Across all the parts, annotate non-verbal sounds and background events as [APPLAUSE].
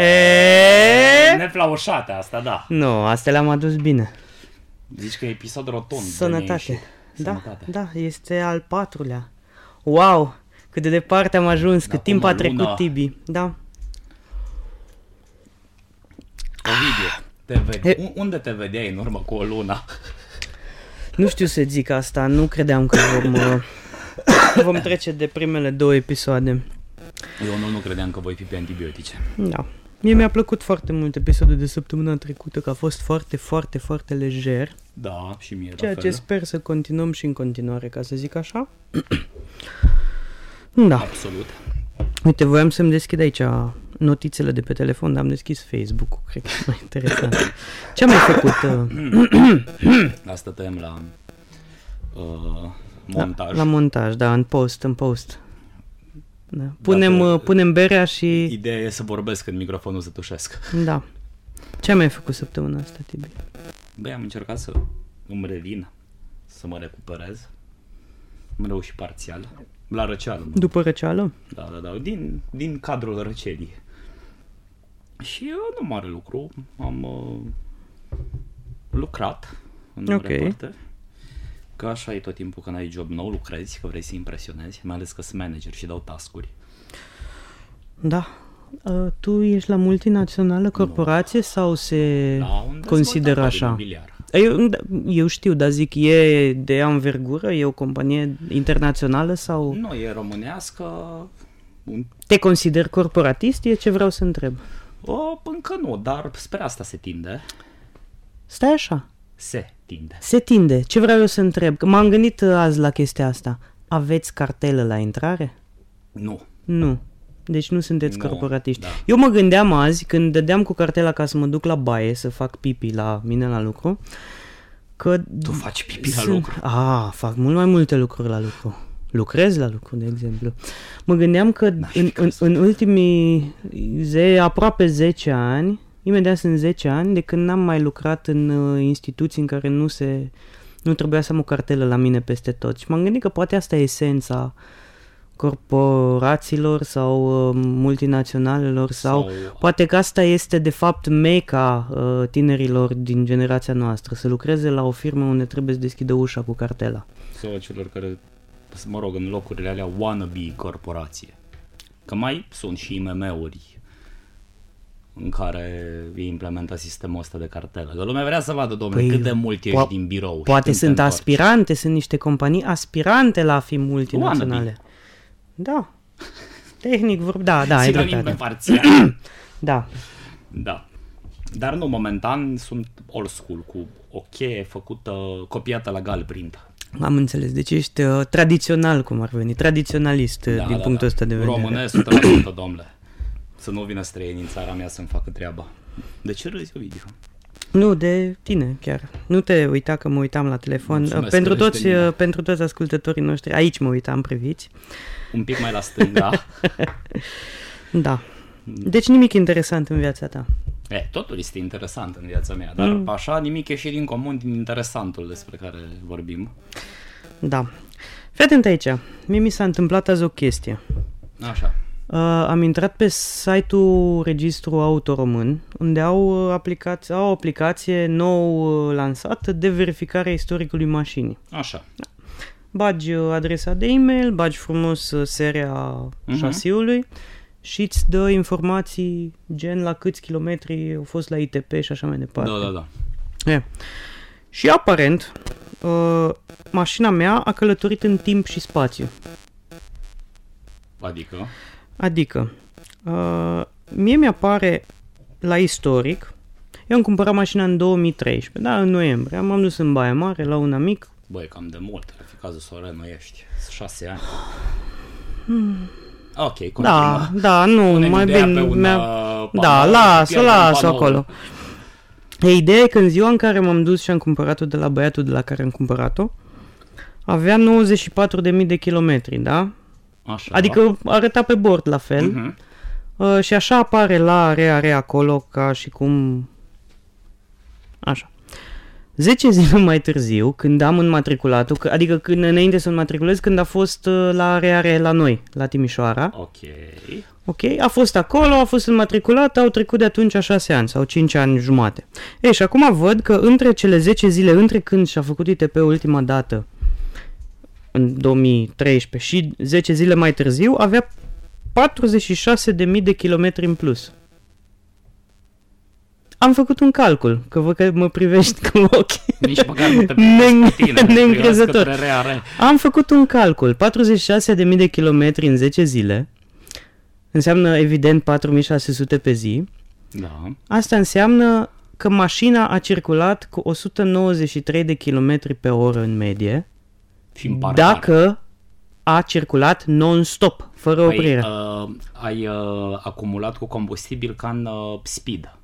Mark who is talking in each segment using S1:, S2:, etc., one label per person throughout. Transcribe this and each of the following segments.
S1: E?
S2: Neflaușate asta, da.
S1: Nu, astea le-am adus bine.
S2: Zici că e episod rotund. de
S1: Sănătate.
S2: neieșit.
S1: Da,
S2: Sănătate.
S1: da, este al patrulea. Wow, cât de departe am ajuns, cât
S2: Acum
S1: timp a
S2: Da, luna.
S1: trecut Tibi. Da.
S2: Ovidiu, te
S1: E-
S2: vede- unde te vedeai în urmă cu o lună?
S1: Nu știu să zic asta, nu credeam că
S2: [COUGHS]
S1: vom, uh, vom trece de primele două episoade.
S2: Eu nu, nu credeam că voi fi pe antibiotice.
S1: Da. Mie mi-a plăcut foarte mult episodul de săptămâna trecută, că a fost foarte, foarte, foarte lejer.
S2: Da, și mie
S1: Ceea
S2: la
S1: ce
S2: fel.
S1: sper să continuăm și în continuare, ca să zic așa. [COUGHS] Da,
S2: Absolut.
S1: uite, voiam să-mi deschid aici notițele de pe telefon, dar am deschis Facebook-ul, cred că e mai interesant. Ce am mai făcut
S2: [CLEARS THROAT]
S1: uh,
S2: La stătem la uh, montaj.
S1: la montaj, da, în post, în post. Da. Punem,
S2: Dacă-
S1: uh, punem berea și...
S2: Ideea e să vorbesc când microfonul se tușesc.
S1: Da. Ce am mai făcut săptămâna asta, Tibi?
S2: Băi, am încercat să îmi revin, să mă recuperez. Am reușit parțial. La răceală, mă.
S1: După răceală?
S2: Da, da, da. Din, din cadrul răcelii. Și eu nu mare lucru. Am uh, lucrat în
S1: Ok.
S2: okay. parte. Că așa e tot timpul când ai job nou, lucrezi, că vrei să impresionezi, mai ales că sunt manager și dau tascuri.
S1: Da. Uh, tu ești la multinațională corporație nu. sau se
S2: La Da, un
S1: consideră
S2: dezvoltator
S1: așa?
S2: Imobiliar.
S1: Eu, da, eu știu, dar zic, e de anvergură? E o companie internațională sau...
S2: Nu, e românească, un
S1: Te consider corporatist? E ce vreau să întreb.
S2: O, încă nu, dar spre asta se tinde.
S1: Stai așa.
S2: Se tinde.
S1: Se tinde. Ce vreau eu să întreb? Că M-am gândit uh, azi la chestia asta. Aveți cartelă la intrare?
S2: Nu.
S1: Nu. Deci nu sunteți
S2: Nu,
S1: corporatiști.
S2: da.
S1: Eu mă gândeam azi, când dădeam cu cartela ca să mă duc la baie, să fac pipi la mine la lucru, că...
S2: Tu faci pipi la
S1: sunt-
S2: lucru.
S1: A, fac mult mai multe lucruri la lucru. Lucrez la lucru, de exemplu. Mă gândeam că în, în, în ultimii ze, aproape 10 ani, imediat sunt 10 ani, de când n-am mai lucrat în uh, instituții în care nu se nu trebuia să am o cartelă la mine peste tot. Și m-am gândit că poate asta e esența corporațiilor sau uh, multinaționalelor sau,
S2: Sau-
S1: sau poate că asta este de fapt meca uh, tinerilor din generația noastră, să lucreze la o firmă unde trebuie să deschidă ușa cu cartela.
S2: Sau celor care, mă rog, în locurile alea wannabe corporație. Că mai sunt și IMM-uri în care e implementat sistemul ăsta de cartelă. Că lumea vrea să vadă, domnule,
S1: Păi,
S2: cât de mult ești
S1: po-
S2: din birou. și
S1: Poate
S2: când te
S1: sunt
S2: întorci.
S1: aspirante, sunt niște companii aspirante la a fi multinaționale.
S2: Wannabe.
S1: Da. Tehnic vorb, da, da, ai
S2: Sinonime
S1: dreptate.
S2: parțiale.
S1: [CLEARS THROAT] Da.
S2: Da. Dar nu, momentan sunt old school cu o cheie făcută, copiată la galprint.
S1: Am înțeles. Deci ești uh, tradițional, cum ar veni, tradiționalist uh,
S2: Da,
S1: din
S2: da,
S1: punctul
S2: da.
S1: ăsta de vedere.
S2: Românesc, [CLEARS THROAT] 100%, domnule. Să nu vină străini în țara mea să-mi facă treaba. De ce râzi, Ovidiu?
S1: Nu, de tine chiar. Nu te uita că mă uitam la telefon.
S2: Mulțumesc,
S1: Uh, Pentru
S2: că ești
S1: toți,
S2: de mine.
S1: uh, pentru toți ascultătorii noștri, aici mă uitam priviți.
S2: Un pic mai la
S1: [LAUGHS]
S2: stânga.
S1: Da.
S2: Mm.
S1: Deci nimic interesant în viața ta.
S2: e, totul este interesant în viața mea, dar
S1: Mm.
S2: așa nimic e și din comun din interesantul despre care vorbim.
S1: Da. Fii atent aici. Mie mi s-a întâmplat azi o chestie.
S2: Așa.
S1: Uh, am intrat pe site-ul Registru Auto Român, unde au, uh, aplicați, au o aplicație nou uh, lansată de verificare a istoricului mașinii.
S2: Așa.
S1: Bagi uh, adresa de e-mail, bagi frumos uh, seria
S2: Mhm.
S1: șasiului și îți dă informații gen la câți kilometri au fost la ITP și așa mai departe.
S2: Da, da, da.
S1: E. Și aparent, uh, mașina mea a călătorit în timp și spațiu.
S2: Adică,
S1: Adică, uh, mie mi-apare la istoric, eu am cumpărat mașina în 2013, da, în noiembrie, m-am dus în Baia Mare la un amic,
S2: băi, cam de mult. Ar fi cazul Soren, nu ești. Sunt șase ani. Ok, continuă.
S1: Hmm. da, da, nu,
S2: Punem
S1: mai
S2: ideea
S1: bine,
S2: pe un,
S1: mi-a-
S2: uh,
S1: da,
S2: panou,
S1: las-o,
S2: pierdem
S1: las-o
S2: panoul.
S1: acolo. E, ideea e că în ziua în care m-am dus și am cumpărat-o de la băiatul de la care am cumpărat-o, avea 94.000 de kilometri, da?
S2: Așa.
S1: Adică arăta pe bord la fel.
S2: Mhm.
S1: Uh, și așa apare la RR acolo ca și cum... Așa. 10 zile mai târziu, când am înmatriculat-o, că- adică când înainte să o înmatriculez, când a fost uh, la RR la noi, la Timișoara,
S2: Ok.
S1: Ok? A fost acolo, a fost înmatriculat, au trecut de atunci 6 ani sau 5 ani jumate. Ei, și acum văd că între cele 10 zile, între când și-a făcut ITP ultima dată, în 2013 și 10 zile mai târziu, avea 46.000 de kilometri în plus. Am făcut un calcul, că văd că mă privești [LAUGHS] cu ochii.
S2: Nici măcar nu te
S1: [LAUGHS] Ne-
S2: ne, tine,
S1: neîncrezător.
S2: privească părerea are.
S1: Am făcut un calcul. 46.000 de kilometri în 10 zile. Înseamnă, evident, 4600 pe zi.
S2: Da.
S1: Asta înseamnă că mașina a circulat cu 193 de kilometri pe oră în medie.
S2: Și în
S1: Da.
S2: parcare.
S1: Dacă a circulat non-stop, fără
S2: Păi,
S1: oprire.
S2: uh, ai uh, acumulat cu combustibil ca în uh, speed.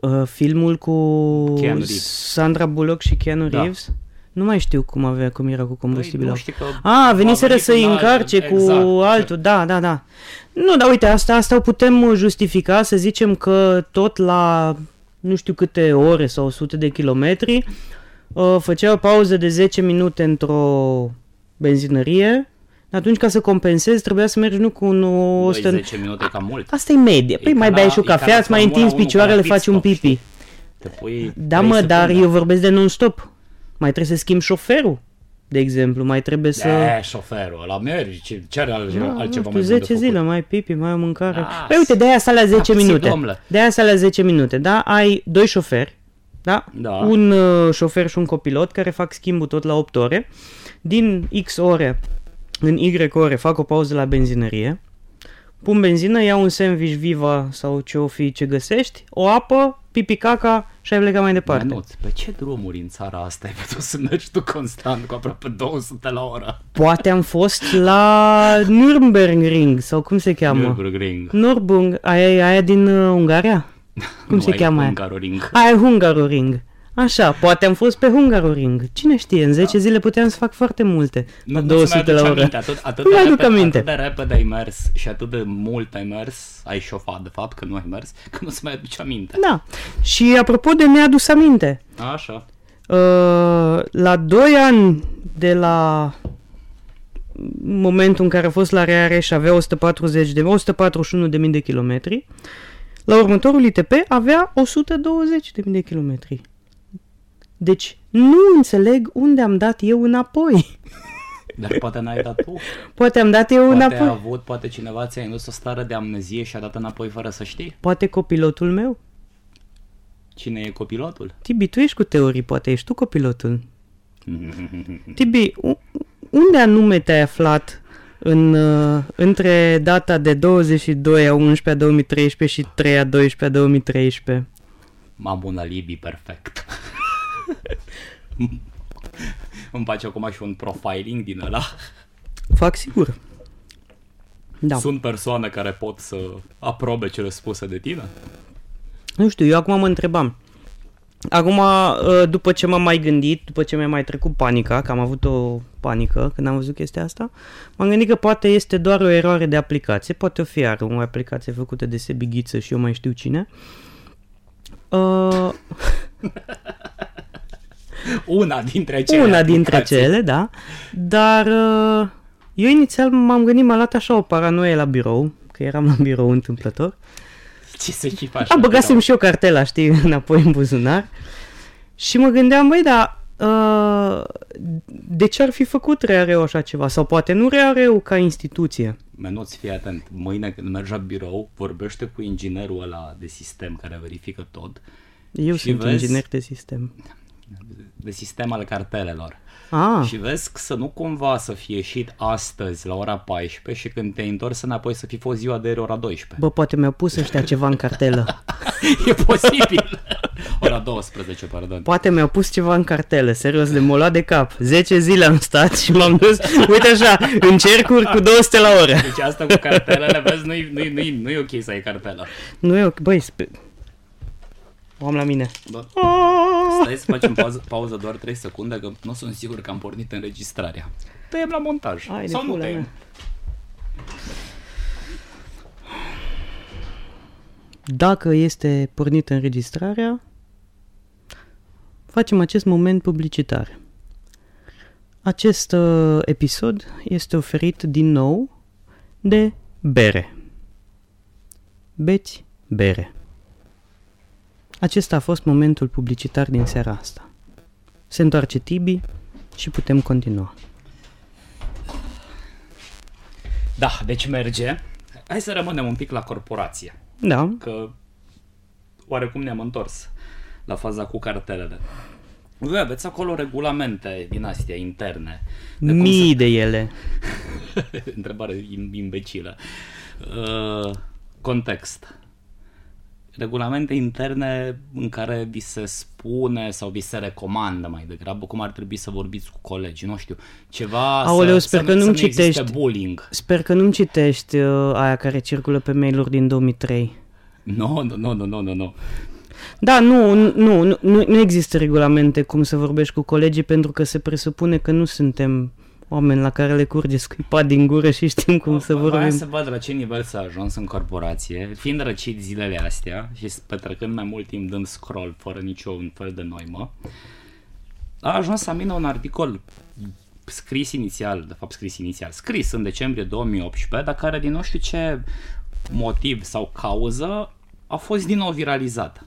S1: Uh, filmul cu
S2: Keanu Reeves.
S1: Sandra Bullock și Keanu
S2: Da.
S1: Reeves. Nu mai știu cum avea, cum era cu combustibil.
S2: Păi, nu știi că
S1: A, veniseră
S2: venit
S1: să-i
S2: un alt-
S1: încarce cu
S2: exact.
S1: altul, da, da, da. Nu, dar uite, asta, asta o putem uh, justifica, să zicem că tot la nu știu câte ore sau sute de kilometri uh, făcea o pauză de 10 minute într-o benzinărie. Atunci, ca să compensezi, trebuia să mergi nu cu un
S2: Băi,
S1: 100...
S2: 10 minute e cam mult.
S1: Asta e medie. Păi
S2: ca
S1: mai
S2: la-
S1: bei și o
S2: e ca la
S1: cafea, îți mai
S2: Formula
S1: întinzi
S2: 1 cu
S1: picioarele,
S2: la
S1: faci un
S2: pit stop,
S1: pipi.
S2: Te pui
S1: Da,
S2: trei
S1: mă, dar
S2: secunde.
S1: eu vorbesc de non-stop. Mai trebuie să schimbi șoferul, de exemplu. Mai trebuie să...
S2: Da, șoferul ăla mergi, ce, ce are al,
S1: Da, nu
S2: altceva
S1: știu,
S2: mai
S1: 10 zile, mai pipi, mai o mâncare.
S2: Da,
S1: păi uite, de aia sta la 10
S2: da,
S1: minute.
S2: domnule.
S1: De aia sta la 10 minute, da? Ai doi șoferi, da?
S2: Da.
S1: Un uh, șofer și un copilot care fac schimbul tot la 8 ore. Din X ore în Y ore fac o pauză la benzinărie. Pun benzină, iau un sandwich viva sau ce o fi ce găsești, o apă, pipi caca și ai plecat mai departe.
S2: Manuț, pe ce drumuri în țara asta ai putut să mergi tu constant cu aproape 200 la oră?
S1: Poate am fost la Nürburgring sau cum se cheamă?
S2: Nürburgring.
S1: Nürburgring, aia, e aia din uh, Ungaria? Cum
S2: Nu,
S1: se
S2: ai
S1: cheamă aia?
S2: Hungaroring.
S1: Aia e Hungaroring. Așa, poate am fost pe Hungaroring. Cine știe, în 10 zile puteam să fac foarte multe.
S2: Da.
S1: La
S2: Nu- nu-ți
S1: 200
S2: mai
S1: la
S2: aduce
S1: oră.
S2: Aminte, atât, atât,
S1: Nu
S2: de
S1: mai aduc
S2: repede,
S1: aminte.
S2: atât de repede ai mers și atât de mult ai mers, ai șofat de fapt că nu ai mers, că nu-ți mai aduce aminte.
S1: Da. Și apropo de neadus aminte,
S2: Așa.
S1: Uh, la 2 ani de la momentul în care a fost la Reareș avea 140 de, 141 de mii de kilometri, la următorul ITP avea 120 de mii de kilometri. Deci nu înțeleg unde am dat eu înapoi. [LAUGHS]
S2: Dar poate n-ai dat tu.
S1: Poate am dat eu
S2: Poate
S1: [LAUGHS] înapoi.
S2: a avut, poate cineva ți-a indus o stare de amnezie și a dat înapoi fără să știi.
S1: Poate copilotul meu.
S2: Cine e copilotul?
S1: Tibi, tu ești cu teorii, poate ești tu copilotul. [LAUGHS] Tibi, u- unde anume te-ai aflat în, uh, între data de 22 a 11 a 2013 și 3 a 12 a 2013?
S2: Am un alibi perfect. [LAUGHS] Îmi face acum și un profiling din ăla.
S1: Fac sigur. Da.
S2: Sunt persoane care pot să aprobe cele spuse de tine?
S1: Nu știu, eu acum mă întrebam. Acum, uh, după ce m-am mai gândit, după ce mi-a mai trecut panica, că am avut o panică când am văzut chestia asta, m-am gândit că poate este doar o eroare de aplicație, poate o fi are o aplicație făcută de Sebighiță și eu mai știu cine. Uh,
S2: Una dintre cele.
S1: Una dintre
S2: aplicații.
S1: cele, da. Dar uh, eu inițial m-am gândit, m-a luat așa o paranoie la birou, că eram la birou întâmplător.
S2: Ce se și face?
S1: A, băgasem și eu cartela, știi, [LAUGHS] înapoi în buzunar. Și mă gândeam, băi, dar uh, de ce ar fi făcut Reareu așa ceva? Sau poate nu Reareu ca instituție.
S2: Menuț, fii atent. Mâine când mergi la birou, vorbește cu inginerul ăla de sistem care verifică tot,
S1: Eu
S2: Și
S1: sunt
S2: vezi?
S1: inginer de sistem.
S2: de sistem al cartelelor.
S1: Ah,
S2: Și vezi că să nu cumva să fi ieșit astăzi la ora 14 și când te-ai întors înapoi să fi fost ziua de ieri ora 12.
S1: bă, poate mi-au pus ăștia ceva în cartelă.
S2: [LAUGHS] E posibil. Ora 12, pardon.
S1: Poate mi-au pus ceva în cartelă, serios, de m-a luat de cap. 10 zile am stat și m-am dus, uite așa, în cercuri cu 200 la oră.
S2: Deci asta cu cartelele, vezi, nu-i, nu-i, nu-i, nu-i ok să ai cartelă.
S1: Nu e ok, băi, spe... o am la mine.
S2: Bă,
S1: Aaaa!
S2: Stai să facem pauză, pauză doar 3 secunde, că nu sunt sigur că am pornit înregistrarea. Tăiem la montaj.
S1: Hai de
S2: Sau nu
S1: pula
S2: tăiem.
S1: mea. Dacă este pornită înregistrarea, facem acest moment publicitar. Acest uh, episod este oferit din nou de bere. Beți bere. Acesta a fost momentul publicitar din seara asta. Se întoarce Tibi și putem continua.
S2: Da, deci merge. Hai să rămânem un pic la corporație,
S1: Da,
S2: că oarecum ne-am întors la faza cu cartelele. Voi aveți acolo regulamente din astea interne. De cum
S1: mii de ele.
S2: se... [LAUGHS] Întrebare im- imbecilă. Uh, context. Regulamente interne în care vi se spune sau vi se recomandă mai degrabă cum ar trebui să vorbiți cu colegii, nu știu, ceva
S1: Aoleu,
S2: să,
S1: sper
S2: să,
S1: că nu-mi
S2: să nu existe
S1: citești.
S2: bullying.
S1: Sper că nu-mi citești uh, aia care circulă pe mail-uri din 2003.
S2: Nu, nu, nu, nu, nu, nu, nu.
S1: Da, nu, nu, nu, nu, nu există regulamente cum să vorbești cu colegii pentru că se presupune că nu suntem oameni la care le curge scuipa din gură și știm cum să
S2: Vreau
S1: vorbim.
S2: să văd la ce nivel s-a ajuns în corporație, fiind răcit zilele astea și petrecând mai mult timp dând scroll fără niciun fel de noimă, a ajuns la mine un articol scris inițial, de fapt scris inițial, scris în decembrie 2018, dar care din nu știu ce motiv sau cauză a fost din nou viralizat.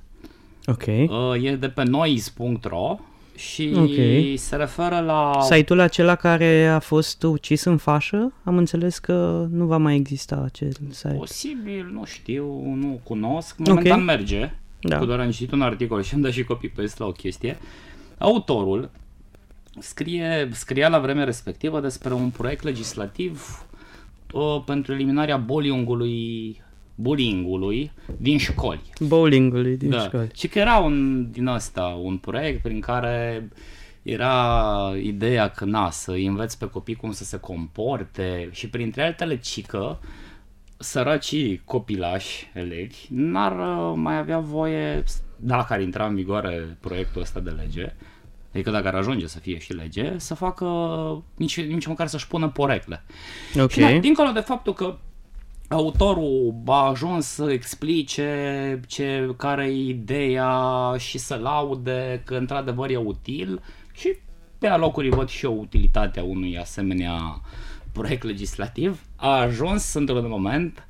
S1: Ok.
S2: Uh, E de pe noise.ro și
S1: Ok.
S2: se referă la...
S1: Site-ul acela care a fost ucis în fașă, am înțeles că nu va mai exista acel site.
S2: Posibil, nu știu, nu cunosc. Momentan
S1: Ok.
S2: merge.
S1: Da.
S2: Da. Cu doar am citit un articol și am dat și copii pe la o chestie. Autorul scrie, scria la vremea respectivă despre un proiect legislativ uh, pentru eliminarea bullying-ului, bullying-ului din școli.
S1: Bowlingului din
S2: Da.
S1: școli.
S2: Și că era un din asta, un proiect prin care era ideea că na, să îi înveți pe copii cum să se comporte și printre altele cică săracii copilași, elevi, n-ar uh, mai avea voie, dacă ar intra în vigoare proiectul ăsta de lege, adică dacă ar ajunge să fie și lege, să facă nici, nici măcar să-și pună porecle.
S1: Ok.
S2: Și da, dincolo de faptul că autorul a ajuns să explice ce, care e ideea și să laude că într-adevăr e util și pe alocuri văd și eu utilitatea unui asemenea proiect legislativ, a ajuns într-un moment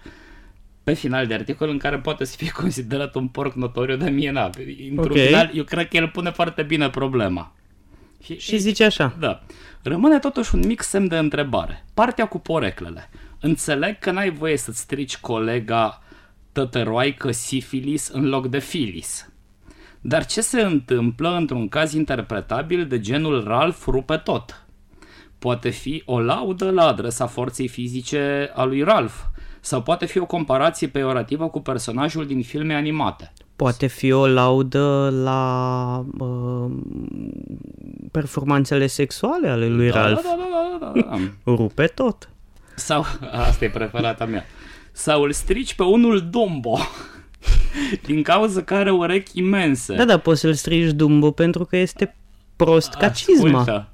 S2: pe final de articol în care poate să fie [LAUGHS] considerat un porc notoriu, dar mie n Într-un
S1: Ok.
S2: final, eu cred că el pune foarte bine problema.
S1: Și zice așa.
S2: Da. Rămâne totuși un mic semn de întrebare. Partea cu poreclele. Înțeleg că n-ai voie să-ți strici colega tătăroaică sifilis în loc de filis. Dar ce se întâmplă într-un caz interpretabil de genul Ralph rupe tot? Poate fi o laudă la adresa forței fizice a lui Ralph sau poate fi o comparație peiorativă cu personajul din filme animate.
S1: Poate fi o laudă la uh, performanțele sexuale ale lui Ralph.
S2: Da, da, da, da, da, da.
S1: Rupe tot.
S2: Sau, asta e preferata mea. Sau îl strici pe unul Dumbo. [LAUGHS] Din cauza că are urechi imense.
S1: Da, da, poți să-l strigi Dumbo pentru că este prost ca da, cizma.
S2: Ascultă.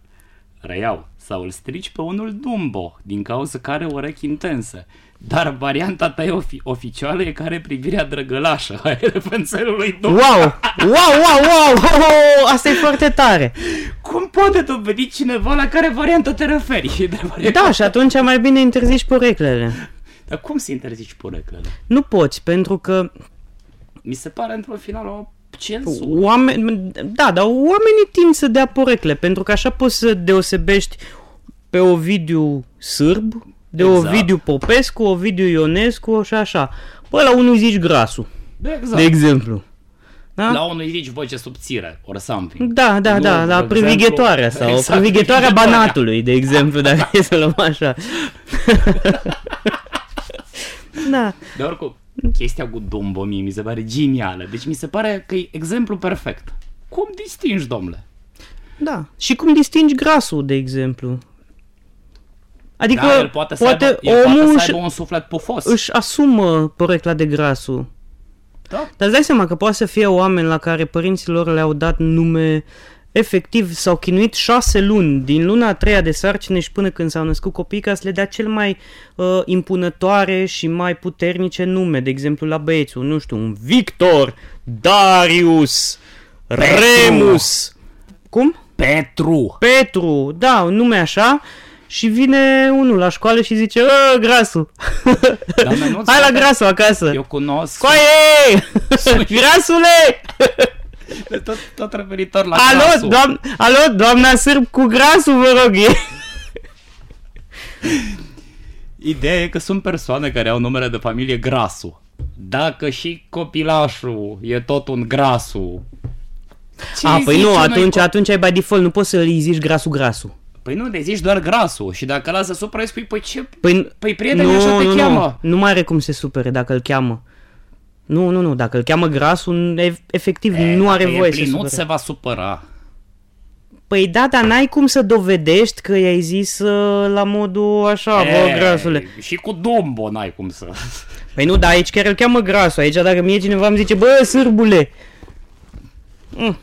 S2: Reiau. Sau îl strici pe unul Dumbo, din cauza că are urechi intense. Dar varianta ta e ofi- oficială e care are privirea drăgălașă a elefanțelului Dumbo.
S1: Wow! Wow, wow, wow! Ho, ho! Asta e foarte
S2: [LAUGHS]
S1: tare!
S2: Cum poate dovedi cineva la care variantă te referi? E întrebarea.
S1: Da, și atunci mai bine interzici poreclele.
S2: Dar cum se interzici poreclele?
S1: Nu poți, pentru că
S2: Mi se pare într-un final o
S1: Păi,
S2: cenzură.
S1: oameni... Da, dar oamenii tind să dea porecle, pentru că așa poți să deosebești pe Ovidiu Sârb, de
S2: Exact.
S1: Ovidiu Popescu, Ovidiu Ionescu și așa. Bă, la unul zici grasul,
S2: Exact.
S1: de exemplu. Da?
S2: La unul îi zici voce subțire, or something.
S1: Da, da,
S2: Nu,
S1: da, la
S2: de exemplu-
S1: privighetoarea sau
S2: Exact,
S1: privighetoarea Banatului, de exemplu, dacă e să luăm
S2: [LAUGHS]
S1: așa. da,
S2: Dar oricum, chestia cu Dumbo mie mi se pare genială. Deci mi se pare că e exemplu perfect. Cum distingi, domnule?
S1: da. Și cum distingi grasul, de exemplu? Adică
S2: Da, el poate, să aibă, el
S1: omul
S2: poate să
S1: își,
S2: aibă un suflet pufos.
S1: își asumă porecla de grasul.
S2: Da?
S1: Dar îți dai seama că poate să fie oameni la care părinților le-au dat nume efectiv s-au chinuit șase luni din luna a treia de sarcine și până când s-au născut copii ca să le dea cel mai uh, impunătoare și mai puternice nume, de exemplu la băieți, un, nu știu, un Victor, Darius, Remus, cum?
S2: Petru!
S1: Petru, da, un nume așa și vine unul la școală și zice, "Ă, grasul,
S2: Dar mai nu-ți
S1: [LAUGHS] hai la
S2: spune-
S1: grasul acasă,
S2: Eu cunosc
S1: scoaie, [LAUGHS] grasule,
S2: de tot, tot referitor la
S1: alo,
S2: grasul.
S1: doamna, alo, doamna sârb cu grasul, vă rog, e. [LAUGHS]
S2: Ideea e că sunt persoane care au numele de familie Grasu. Dacă și copilașul e tot un Grasu. ce
S1: A,
S2: îi
S1: păi
S2: zici
S1: nu,
S2: unui
S1: atunci,
S2: co-
S1: atunci ai by default, nu poți să îi zici grasul, grasul.
S2: Păi nu, le zici doar Grasu și dacă lasă supra, spui, păi ce...
S1: Păi,
S2: Păi prietenii așa te
S1: nu,
S2: cheamă.
S1: Nu, nu mai are cum să se supere dacă îl cheamă. Nu, nu, nu, dacă îl cheamă grasul, ev- efectiv, e, nu are
S2: Dacă e
S1: voie să
S2: plin, nu
S1: supere.
S2: se va supăra.
S1: Păi da, dar n-ai cum să dovedești că i-ai zis uh, la modul așa, bă,
S2: E,
S1: grasule.
S2: Și cu Dumbo n-ai cum să... [LAUGHS]
S1: Păi nu, dar aici chiar îl cheamă grasul. Aici dacă mie cineva îmi zice, bă, sârbule.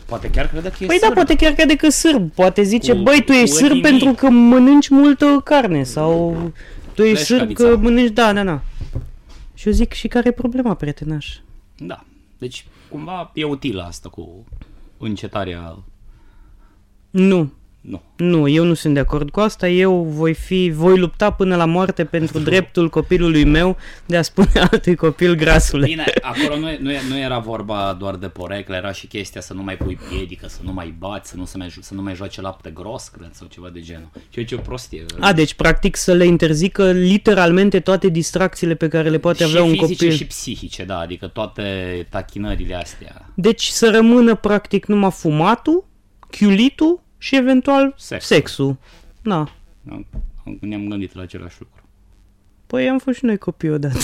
S2: Poate chiar crede că e
S1: Păi da,
S2: sârb.
S1: poate chiar crede că sârb. Poate zice,
S2: Cu-
S1: băi, tu ești
S2: cu
S1: sârb
S2: inimii.
S1: pentru că mănânci multă carne sau tu ești sârb
S2: Leșcăvița.
S1: că mănânci, da, da, da. Și eu zic, și care e problema, prietenaș?
S2: Da. Deci, cumva e utilă asta cu încetarea...
S1: Nu,
S2: Nu.
S1: Nu, eu nu sunt de acord cu asta. Eu voi fi, voi lupta până la moarte pentru
S2: [LAUGHS]
S1: dreptul copilului meu de a spune [LAUGHS] altui copil grasule.
S2: Bine, acolo nu, e- nu, e- nu era vorba doar de poreclă, era și chestia să nu mai pui piedică, să nu mai bați, să nu, se mai, ju- să nu mai joace lapte gros, cred, sau ceva de genul. Ceea ce e o prostie.
S1: A, deci practic să le interzică literalmente toate distracțiile pe care le poate avea
S2: și
S1: un
S2: fizice
S1: copil.
S2: și psihice, da, adică toate tachinările astea.
S1: Deci să rămână practic numai fumatul, chiulitul și eventual
S2: Sex.
S1: sexul. Na,
S2: Da? Ne-am gândit la același lucru.
S1: păi am fost și noi copii
S2: [LAUGHS]
S1: odată.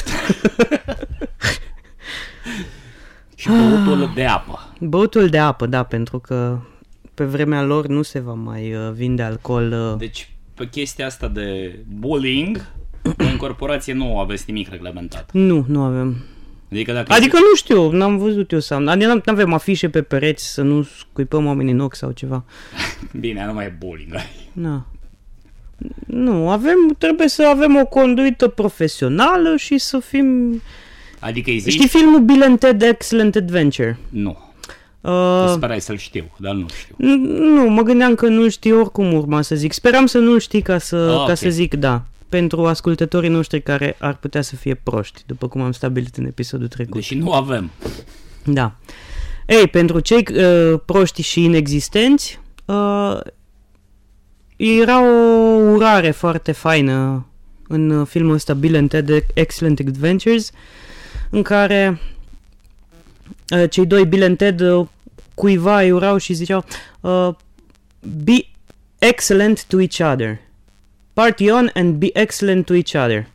S2: Și
S1: Ah.
S2: băutul de apă.
S1: Băutul de apă, da, pentru că pe vremea lor nu se va mai uh, vinde alcool. Uh,
S2: Deci, pe chestia asta de bullying, în corporație nu aveți nimic reglementat.
S1: nu, nu avem.
S2: Adică dacă
S1: Adică nu știu, n-am văzut eu să am. Adică n-am- n-avem afișe pe pereți să nu scuipăm oamenii în ochi sau ceva.
S2: [LAUGHS] Bine, nu mai e bullying.
S1: Na. Nu, avem, trebuie să avem o conduită profesională și să fim...
S2: Adică îi zici?
S1: Știi filmul Bill and Ted Excellent Adventure?
S2: Nu.
S1: Uh,
S2: Sperai să-l știu, dar nu știu.
S1: n- nu, mă gândeam că nu știi oricum urma să zic. Speram să nu știi ca să,
S2: Ah,
S1: ca
S2: ok.
S1: să zic da. Pentru ascultătorii noștri care ar putea să fie proști, după cum am stabilit în episodul trecut.
S2: Deși nu avem. Deci-
S1: Da. Ei, pentru cei uh, proști și inexistenți, uh, era o urare foarte faină în uh, filmul ăsta Bill and Ted Excellent Adventures, în care uh, cei doi, Bill and Ted, uh, cuiva îi urau și ziceau uh, Be excellent to each other. Party on and be excellent to each other.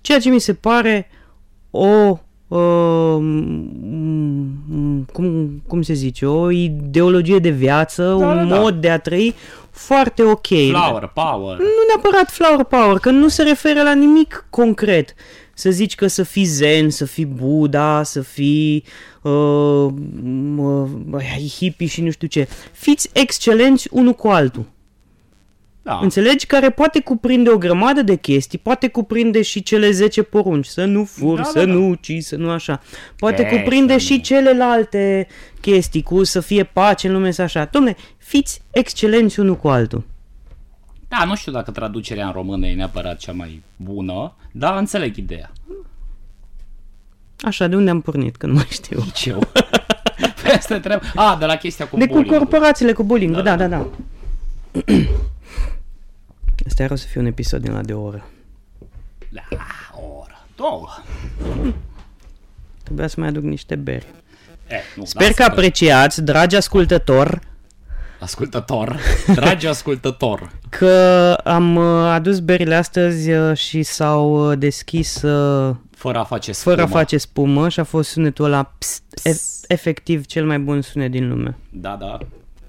S1: Ceea ce mi se pare o uh, cum, cum se zice, o ideologie de viață, da, un
S2: da, da.
S1: mod de a trăi foarte ok.
S2: Flower, power.
S1: Nu neapărat flower power, că nu se referă la nimic concret. Să zici că să fii zen, să fii Buddha, să fii uh, uh, hippie și nu știu ce. Fiți excelenți unul cu altul.
S2: Da.
S1: Înțelegi? Care poate cuprinde o grămadă de chestii, poate cuprinde și cele 10 porunci, să nu furi,
S2: Da,
S1: să
S2: da, da.
S1: nu uci, să nu așa. Poate
S2: Ce
S1: cuprinde
S2: să
S1: și
S2: nu.
S1: celelalte chestii, cu să fie pace în lume, să așa. Domne, fiți excelenți unul cu altul.
S2: Da, nu știu dacă traducerea în română e neapărat cea mai bună, dar înțeleg ideea.
S1: Așa, de unde am pornit, că nu mai știu.
S2: Nici eu. [LAUGHS] Păi asta trebuie. A, de la chestia cu
S1: De cu
S2: bullying-ul.
S1: corporațiile, cu bullying da, da, da. da. [CLEARS THROAT] Asta era o să fie un episod din la de o oră.
S2: Da, o oră, două.
S1: Trebuia să mai aduc niște beri.
S2: Eh, nu,
S1: Sper că
S2: lasă
S1: apreciați, dragi ascultători, [LAUGHS]
S2: Ascultător, dragi ascultător.
S1: că am uh, adus berile astăzi uh, și s-au uh, deschis uh,
S2: Fără a face spumă.
S1: fără a face spumă și a fost sunetul ăla pst, e- efectiv cel mai bun sunet din lume.
S2: Da, da.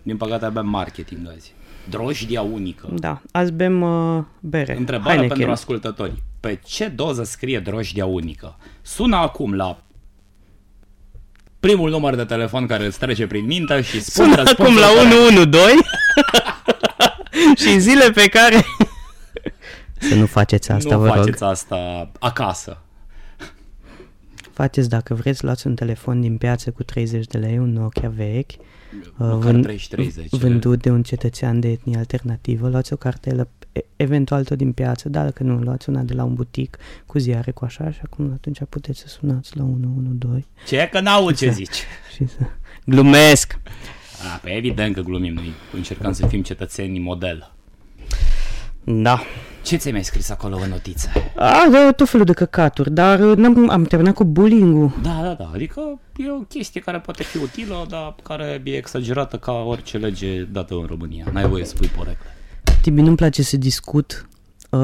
S2: Din păcate abia marketing azi. Drojdia unică.
S1: Da, azi bem uh, bere.
S2: Întrebare
S1: Heineken.
S2: pentru ascultători. Pe ce doză scrie drojdia unică? Sună acum la primul număr de telefon care îți trece prin minte și spune
S1: Sună acum la 112 [LAUGHS] și zile pe care... Să nu faceți asta,
S2: nu
S1: vă
S2: faceți
S1: rog.
S2: asta acasă.
S1: Faceți dacă vreți, luați un telefon din piață cu 30 de lei, un Nokia vechi, uh,
S2: Măcar
S1: vân-
S2: 30.
S1: uh. vândut de un cetățean de etnie alternativă, luați o cartelă e- eventual tot din piață, dar dacă nu, luați una de la un butic cu ziare, cu așa și acum atunci puteți să sunați la 112
S2: Ce? Că n-aud ce zici.
S1: și să... [LAUGHS] Glumesc!
S2: A, pe evident că glumim, noi încercăm să fim cetățenii model.
S1: Da.
S2: Ce ți-ai mai scris acolo în notițe?
S1: A, da, tot felul de căcaturi, dar uh, n-am, am terminat cu bullying-ul.
S2: Da, da, da, adică e o chestie care poate fi utilă, dar care e exagerată ca orice lege dată în România. N-ai voie să pui porecle.
S1: Tibi, nu-mi place să discut uh,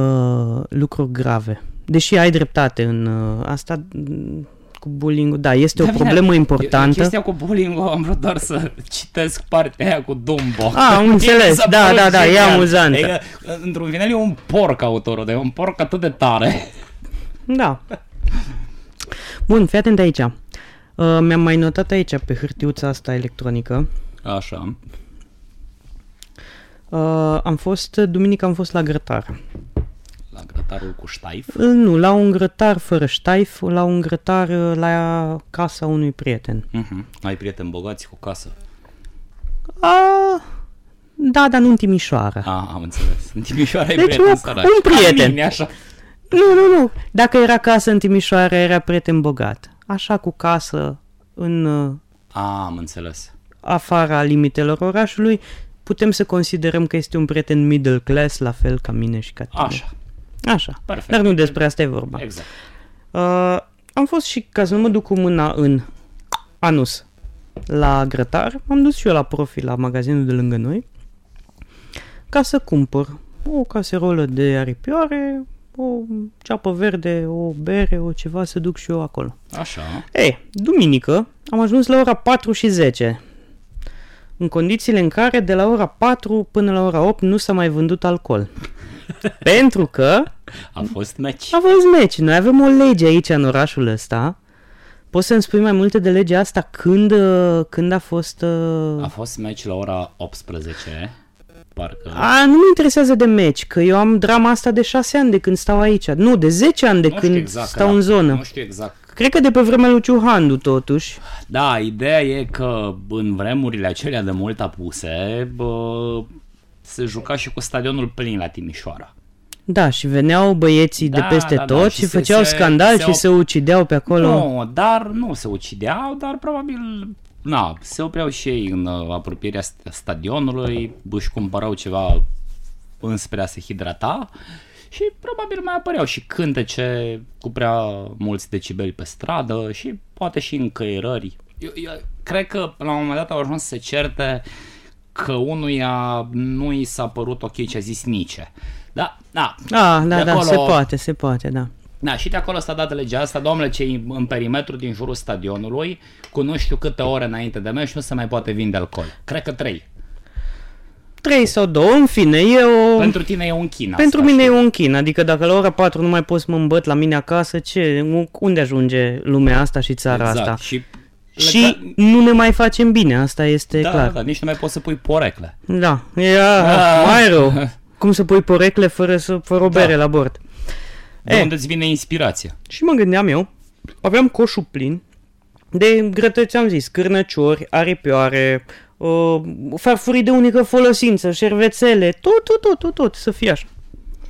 S1: lucruri grave. Deși ai dreptate în uh, asta mm, cu bullying da, este
S2: Da,
S1: o
S2: bine,
S1: problemă
S2: eu-
S1: importantă.
S2: Chestia cu bullying am vrut doar să citesc partea aia cu Dumbo.
S1: A, Ah,
S2: [LAUGHS]
S1: am
S2: Mi
S1: înțeles.
S2: s-a
S1: Da,
S2: părut
S1: da, da, e
S2: genial.
S1: amuzantă.
S2: Adică, într-un final e un porc autorul, dar e un porc atât de tare.
S1: Da. Bun, fii atent aici. Uh, mi-am mai notat aici pe hârtiuța asta electronică.
S2: Așa.
S1: Uh, am fost, duminică am fost la grătar.
S2: La grătarul cu ștaif.
S1: Uh, nu, la un grătar fără ștaif, la un grătar uh, la casa unui prieten.
S2: Uh-huh. Ai prieteni bogați cu casă.
S1: Uh, da, dar nu în Timișoara.
S2: A, Da, am înțeles. [LAUGHS] În Timișoara ai
S1: Deci
S2: prieteni
S1: un-
S2: săraci.
S1: un prieten.
S2: Ca mine, așa.
S1: Nu, nu, nu. Dacă era casă în Timișoara, era prieten bogat. Așa cu casă în uh,
S2: A, am înțeles.
S1: afara limitelor orașului, putem să considerăm că este un prieten middle class, la fel ca mine și ca tine.
S2: Așa,
S1: Așa.
S2: perfect.
S1: Dar nu despre asta e vorba.
S2: Exact.
S1: Uh, am fost și, ca să nu mă duc cu mâna în anus, la grătar, m-am dus și eu la profi, la magazinul de lângă noi, ca să cumpăr o caserolă de aripioare, o ceapă verde, o bere, o ceva, să duc și eu acolo.
S2: Așa.
S1: Ei, duminică am ajuns la ora 4 și 10, în condițiile în care de la ora 4 până la ora 8 nu s-a mai vândut alcool. Pentru că
S2: A
S1: Mm.
S2: fost meci.
S1: a fost meci. Noi avem o lege aici în orașul ăsta. Poți să-mi spui mai multe de legea asta când, uh, când a fost... uh,
S2: A fost meci la ora 18, parcă.
S1: A, nu mă interesează de meci, că eu am drama asta de 6 ani de când stau aici. Nu, de 10 ani de
S2: nu
S1: când
S2: știu exact,
S1: stau
S2: că
S1: în
S2: la-
S1: zonă.
S2: Nu știu exact
S1: Cred că de pe vremea lui Ciuhandu, totuși.
S2: Da, ideea e că în vremurile acelea de mult apuse, bă, se juca și cu stadionul plin la Timișoara.
S1: Da, și veneau băieții de
S2: Da,
S1: peste
S2: da, da,
S1: tot
S2: și
S1: și
S2: se-
S1: făceau
S2: se-
S1: scandal
S2: se
S1: și
S2: op-
S1: se ucideau pe acolo.
S2: Nu, dar nu se ucideau, dar probabil na, se opreau și ei în uh, apropierea st- stadionului, își cumpărau ceva înspre a se hidrata și probabil mai apăreau și cântece cu prea mulți decibeli pe stradă și poate și încăierări. Eu, eu cred că la un moment dat au ajuns să se certe că unuia nu i s-a părut ok ce a zis Nice. Da, da,
S1: Ah, da,
S2: De
S1: da,
S2: acolo-
S1: se poate, se poate, da.
S2: da, și de acolo s-a dat legea asta, domnule, cei în perimetru din jurul stadionului, cu nu știu câte ore înainte de meci, nu se mai poate vinde alcool. Cred că trei.
S1: Trei sau două, în fine, e o...
S2: Pentru tine e un chin
S1: Pentru
S2: asta,
S1: mine e
S2: știi?
S1: un chin, adică dacă la ora 4 nu mai pot să mă îmbăt la mine acasă, ce, u- unde ajunge lumea asta și țara
S2: Exact.
S1: asta?
S2: Și,
S1: Și nu ne mai facem bine, asta este
S2: da,
S1: clar.
S2: da, da, nici nu mai poți să pui porecle.
S1: Da, Ia,
S2: Ah.
S1: mai
S2: [LAUGHS]
S1: rău. Cum să pui porecle fără, să, fără o
S2: Da.
S1: bere la bord?
S2: De
S1: E.
S2: unde îți vine inspirația?
S1: Și mă gândeam eu, aveam coșul plin de grătăți, am zis, cârnăciori, aripioare, uh, farfurii de unică folosință, șervețele, tot, tot, tot, tot, tot, să fie așa.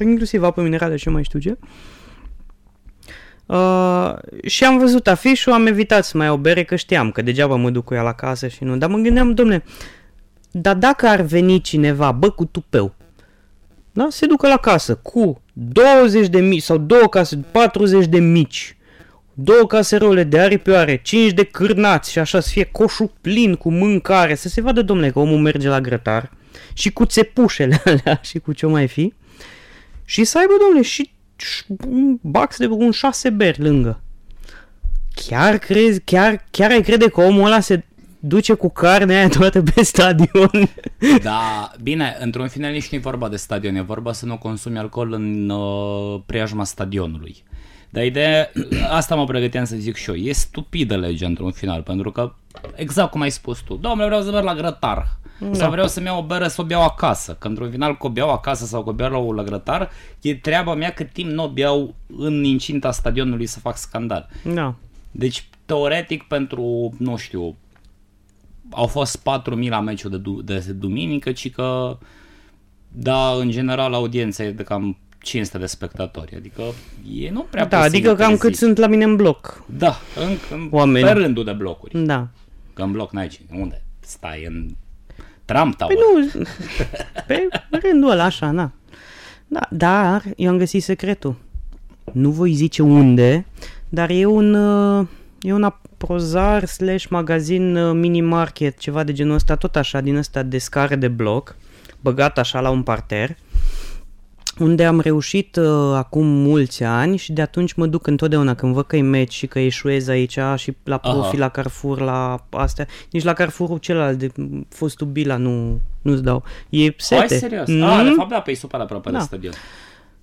S1: Inclusiv apă minerală și eu mai știu ce. Uh, și am văzut afișul, am evitat să mai iau bere, că știam că degeaba mă duc cu ea la casă și nu. Dar mă gândeam, domne, dar dacă ar veni cineva, bă, cu tupeu, da? se ducă la casă cu 20 de mici sau două case, 40 de mici, două caserole de aripioare, 5 de cârnați și așa să fie coșul plin cu mâncare, să se vadă, domnule, că omul merge la grătar și cu țepușele [LAUGHS] alea și cu ce mai fi și să aibă, domnule, și ș- un bax de un 6 beri lângă. Chiar crezi, chiar, chiar ai crede că omul ăla se duce cu carnea aia toată pe stadion?
S2: Da, bine, într-un final nici nu e vorba de stadion, e vorba să nu consumi alcool în uh, preajma stadionului. Dar ideea, asta mă pregăteam să zic și eu, e stupidă legea într-un final, pentru că exact cum ai spus tu, domnule, vreau să merg la grătar. Da. Sau vreau să-mi iau o bere să o beau acasă. Că într-un final că o beau acasă sau că o beau la grătar, e treaba mea cât timp nu o beau în incinta stadionului să fac scandal.
S1: Da.
S2: Deci, teoretic, pentru, nu știu, au fost 4.000 la meciul de, du- de duminică, ci că Dar, în general, audiența e de cam 500 de spectatori, adică e nu prea
S1: Da,
S2: poți să
S1: adică
S2: mă
S1: cam
S2: trezi.
S1: cât sunt la mine în bloc.
S2: Da, în, în,
S1: Oameni.
S2: pe rândul de blocuri.
S1: Da.
S2: Că în bloc n-ai cine. Unde? Stai în Trump Tower.
S1: Păi nu, pe rândul ăla așa, na. Da, dar eu am găsit secretul. Nu voi zice unde, dar e un, uh, e un aprozar slash magazin uh, mini market, ceva de genul ăsta, tot așa, din ăsta de scară de bloc, băgat așa la un parter, unde am reușit uh, acum mulți ani și de atunci mă duc întotdeauna când văd că e meci și că eșuez aici și la
S2: Aha.
S1: profi, la Carrefour, la astea. Nici la Carrefour celălalt de fostul Bila nu, nu-ți dau. E sete.
S2: Hai, serios.
S1: Mm?
S2: Ah, de fapt, da, pe e super aproape
S1: Da.
S2: de stadion.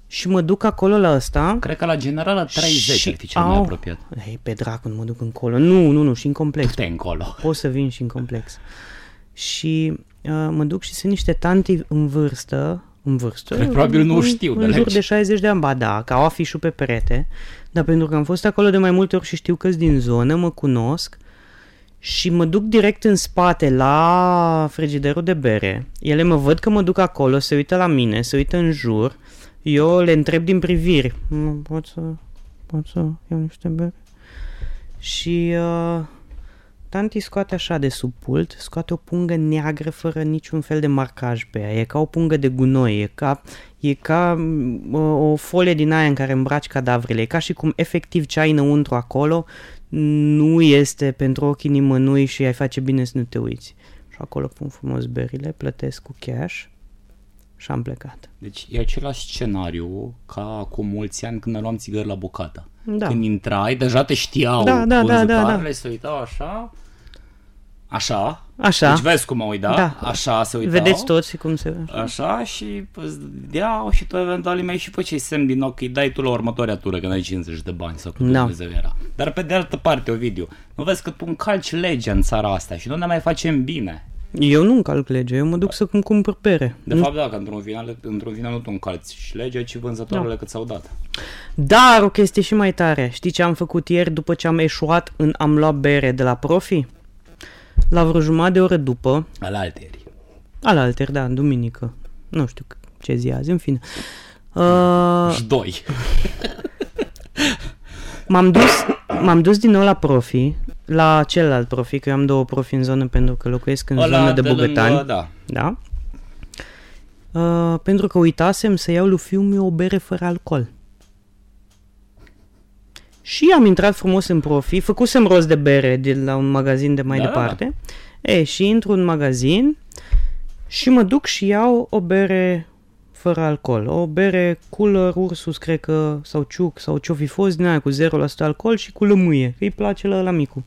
S1: Și mă duc acolo la ăsta.
S2: Cred că la generala 30
S1: și-
S2: ar fi cel mai
S1: au.
S2: apropiat.
S1: Ei, pe dracu, nu mă duc încolo. Nu, nu, nu, și în complex.
S2: Te încolo.
S1: Pot să vin și în complex. Și uh, mă duc și sunt niște tanti în vârstă, în vârstă.
S2: Care probabil nu
S1: în-
S2: știu de
S1: În jur
S2: lege.
S1: de 60 de ani, ba da, că au afișul pe perete, dar pentru că am fost acolo de mai multe ori și știu că din zonă, mă cunosc și mă duc direct în spate la frigiderul de bere. Ele mă văd că mă duc acolo, se uită la mine, se uită în jur. Eu le întreb din priviri. "Mă, Pot să, pot să iau niște bere? Și uh, tanti scoate așa de sub pult, scoate o pungă neagră fără niciun fel de marcaj pe ea. E ca o pungă de gunoi, e ca, e ca m, o folie din aia în care îmbraci cadavrele. E ca și cum efectiv ce ai înăuntru acolo nu este pentru ochii nimănui și ai face bine să nu te uiți. Și acolo pun frumos berile, plătesc cu cash și am plecat.
S2: Deci e același scenariu ca acum mulți ani când ne luam țigări la bucată.
S1: Da.
S2: Când intrai, deja te știau
S1: Da, da, da, da, da.
S2: vânzătoarele, se uitau așa, așa,
S1: Așa.
S2: deci vezi cum au uitat,
S1: Da.
S2: așa se uitau.
S1: Vedeți toți cum se...
S2: Așa și îți deau și tu eventual mai și pe cei semn din ochi, îi dai tu la următoarea tură când ai 50 de bani sau cât
S1: Da.
S2: Dumnezeu era. Dar pe de altă parte, Ovidiu, nu vezi că tu încalci legea în țara asta și nu ne mai facem bine.
S1: Eu nu încalc legea, eu mă duc să îmi cumpăr pere.
S2: De fapt, da, că într-un final, într-un final nu tu încalci și legea, ci vânzătoarele da. că ți-au dat.
S1: Dar o chestie și mai tare. Știi ce am făcut ieri după ce am eșuat în am luat bere de la profi? La vreo jumătate de oră după,
S2: Al alteri.
S1: alalter, da, în duminică. Nu știu ce zi e azi, în fine. Uh,
S2: Și doi.
S1: m-am, dus, m-am dus din nou la profi, la celălalt profi, că eu am două profi în zonă pentru că locuiesc în zonă de, bogătani.
S2: lângă, da.
S1: Da? Uh, pentru că uitasem să iau lui fiul meu o bere fără alcool. Și am intrat frumos în profi, făcusem rost de bere de la un magazin de mai
S2: Da, da, da.
S1: departe. E, și intru în magazin și mă duc și iau o bere fără alcool. O bere cooler, ursus, cred că, sau ciuc, sau ce-o fi fost din aia cu 0% alcool și cu lămâie, că îi place la, la micu.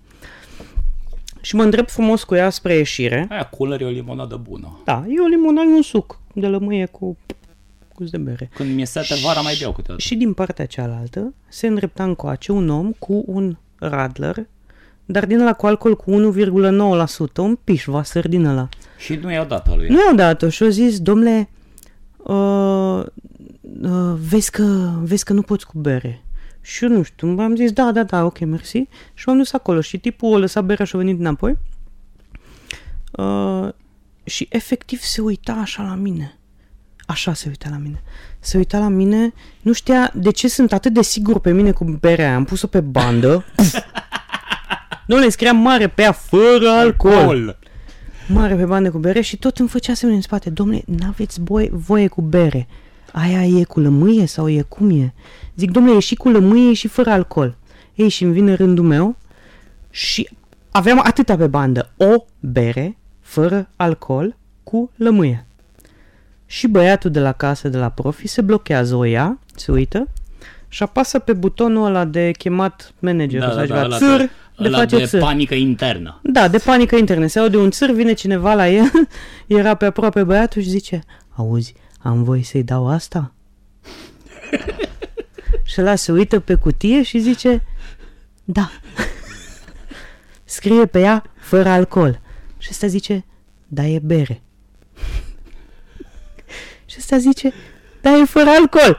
S1: Și mă îndrept frumos cu ea spre ieșire.
S2: Aia cooler e o limonadă bună.
S1: Da, e o limonadă, e un suc de lămâie cu gust de bere.
S2: Când mi-e sete vara, mai beau câteodată.
S1: Și din partea cealaltă se îndrepta încoace un om cu un radler, dar din la cu alcool cu 1,9%, un piș vasăr din ăla.
S2: Și nu i-au dat lui.
S1: Nu i-au dat-o și au zis, domnule, uh, uh, vezi, că, vezi că nu poți cu bere. Și eu nu știu, am zis, da, da, da, ok, mersi. Și m-am dus acolo și tipul o lăsat berea și a venit înapoi. Uh, și efectiv se uita așa la mine. Așa se uita la mine. Se uita la mine, nu știa de ce sunt atât de sigur pe mine cu berea aia. Am pus-o pe bandă. Domnule, scria mare pe ea, fără alcool
S2: Cool.
S1: mare pe bani de cu bere și tot îmi făcea semne în spate. Domnule, n-aveți boi, voie cu bere. Aia e cu lămâie sau e cum e? Zic, domnule, e și cu lămâie e și fără alcool. Ei, și îmi vine rândul meu și aveam atâta pe bandă. O bere fără alcool cu lămâie. Și băiatul de la casă, de la profi, se blochează, o ia, se uită și apasă pe butonul ăla de chemat manager.
S2: Da, da, da, ăla
S1: țâr,
S2: de,
S1: le
S2: ăla
S1: face
S2: de
S1: țâr.
S2: panică internă.
S1: Da, de panică internet. Se aude un țâr, vine cineva la el, [LAUGHS] era pe aproape băiatul și zice Auzi, am voie să-i dau asta? și ăla se uită pe cutie și zice Da. [LAUGHS] Scrie pe ea fără alcool. Și ăsta zice Da, e bere. [LAUGHS] și ăsta zice Da, e fără [LAUGHS] alcool.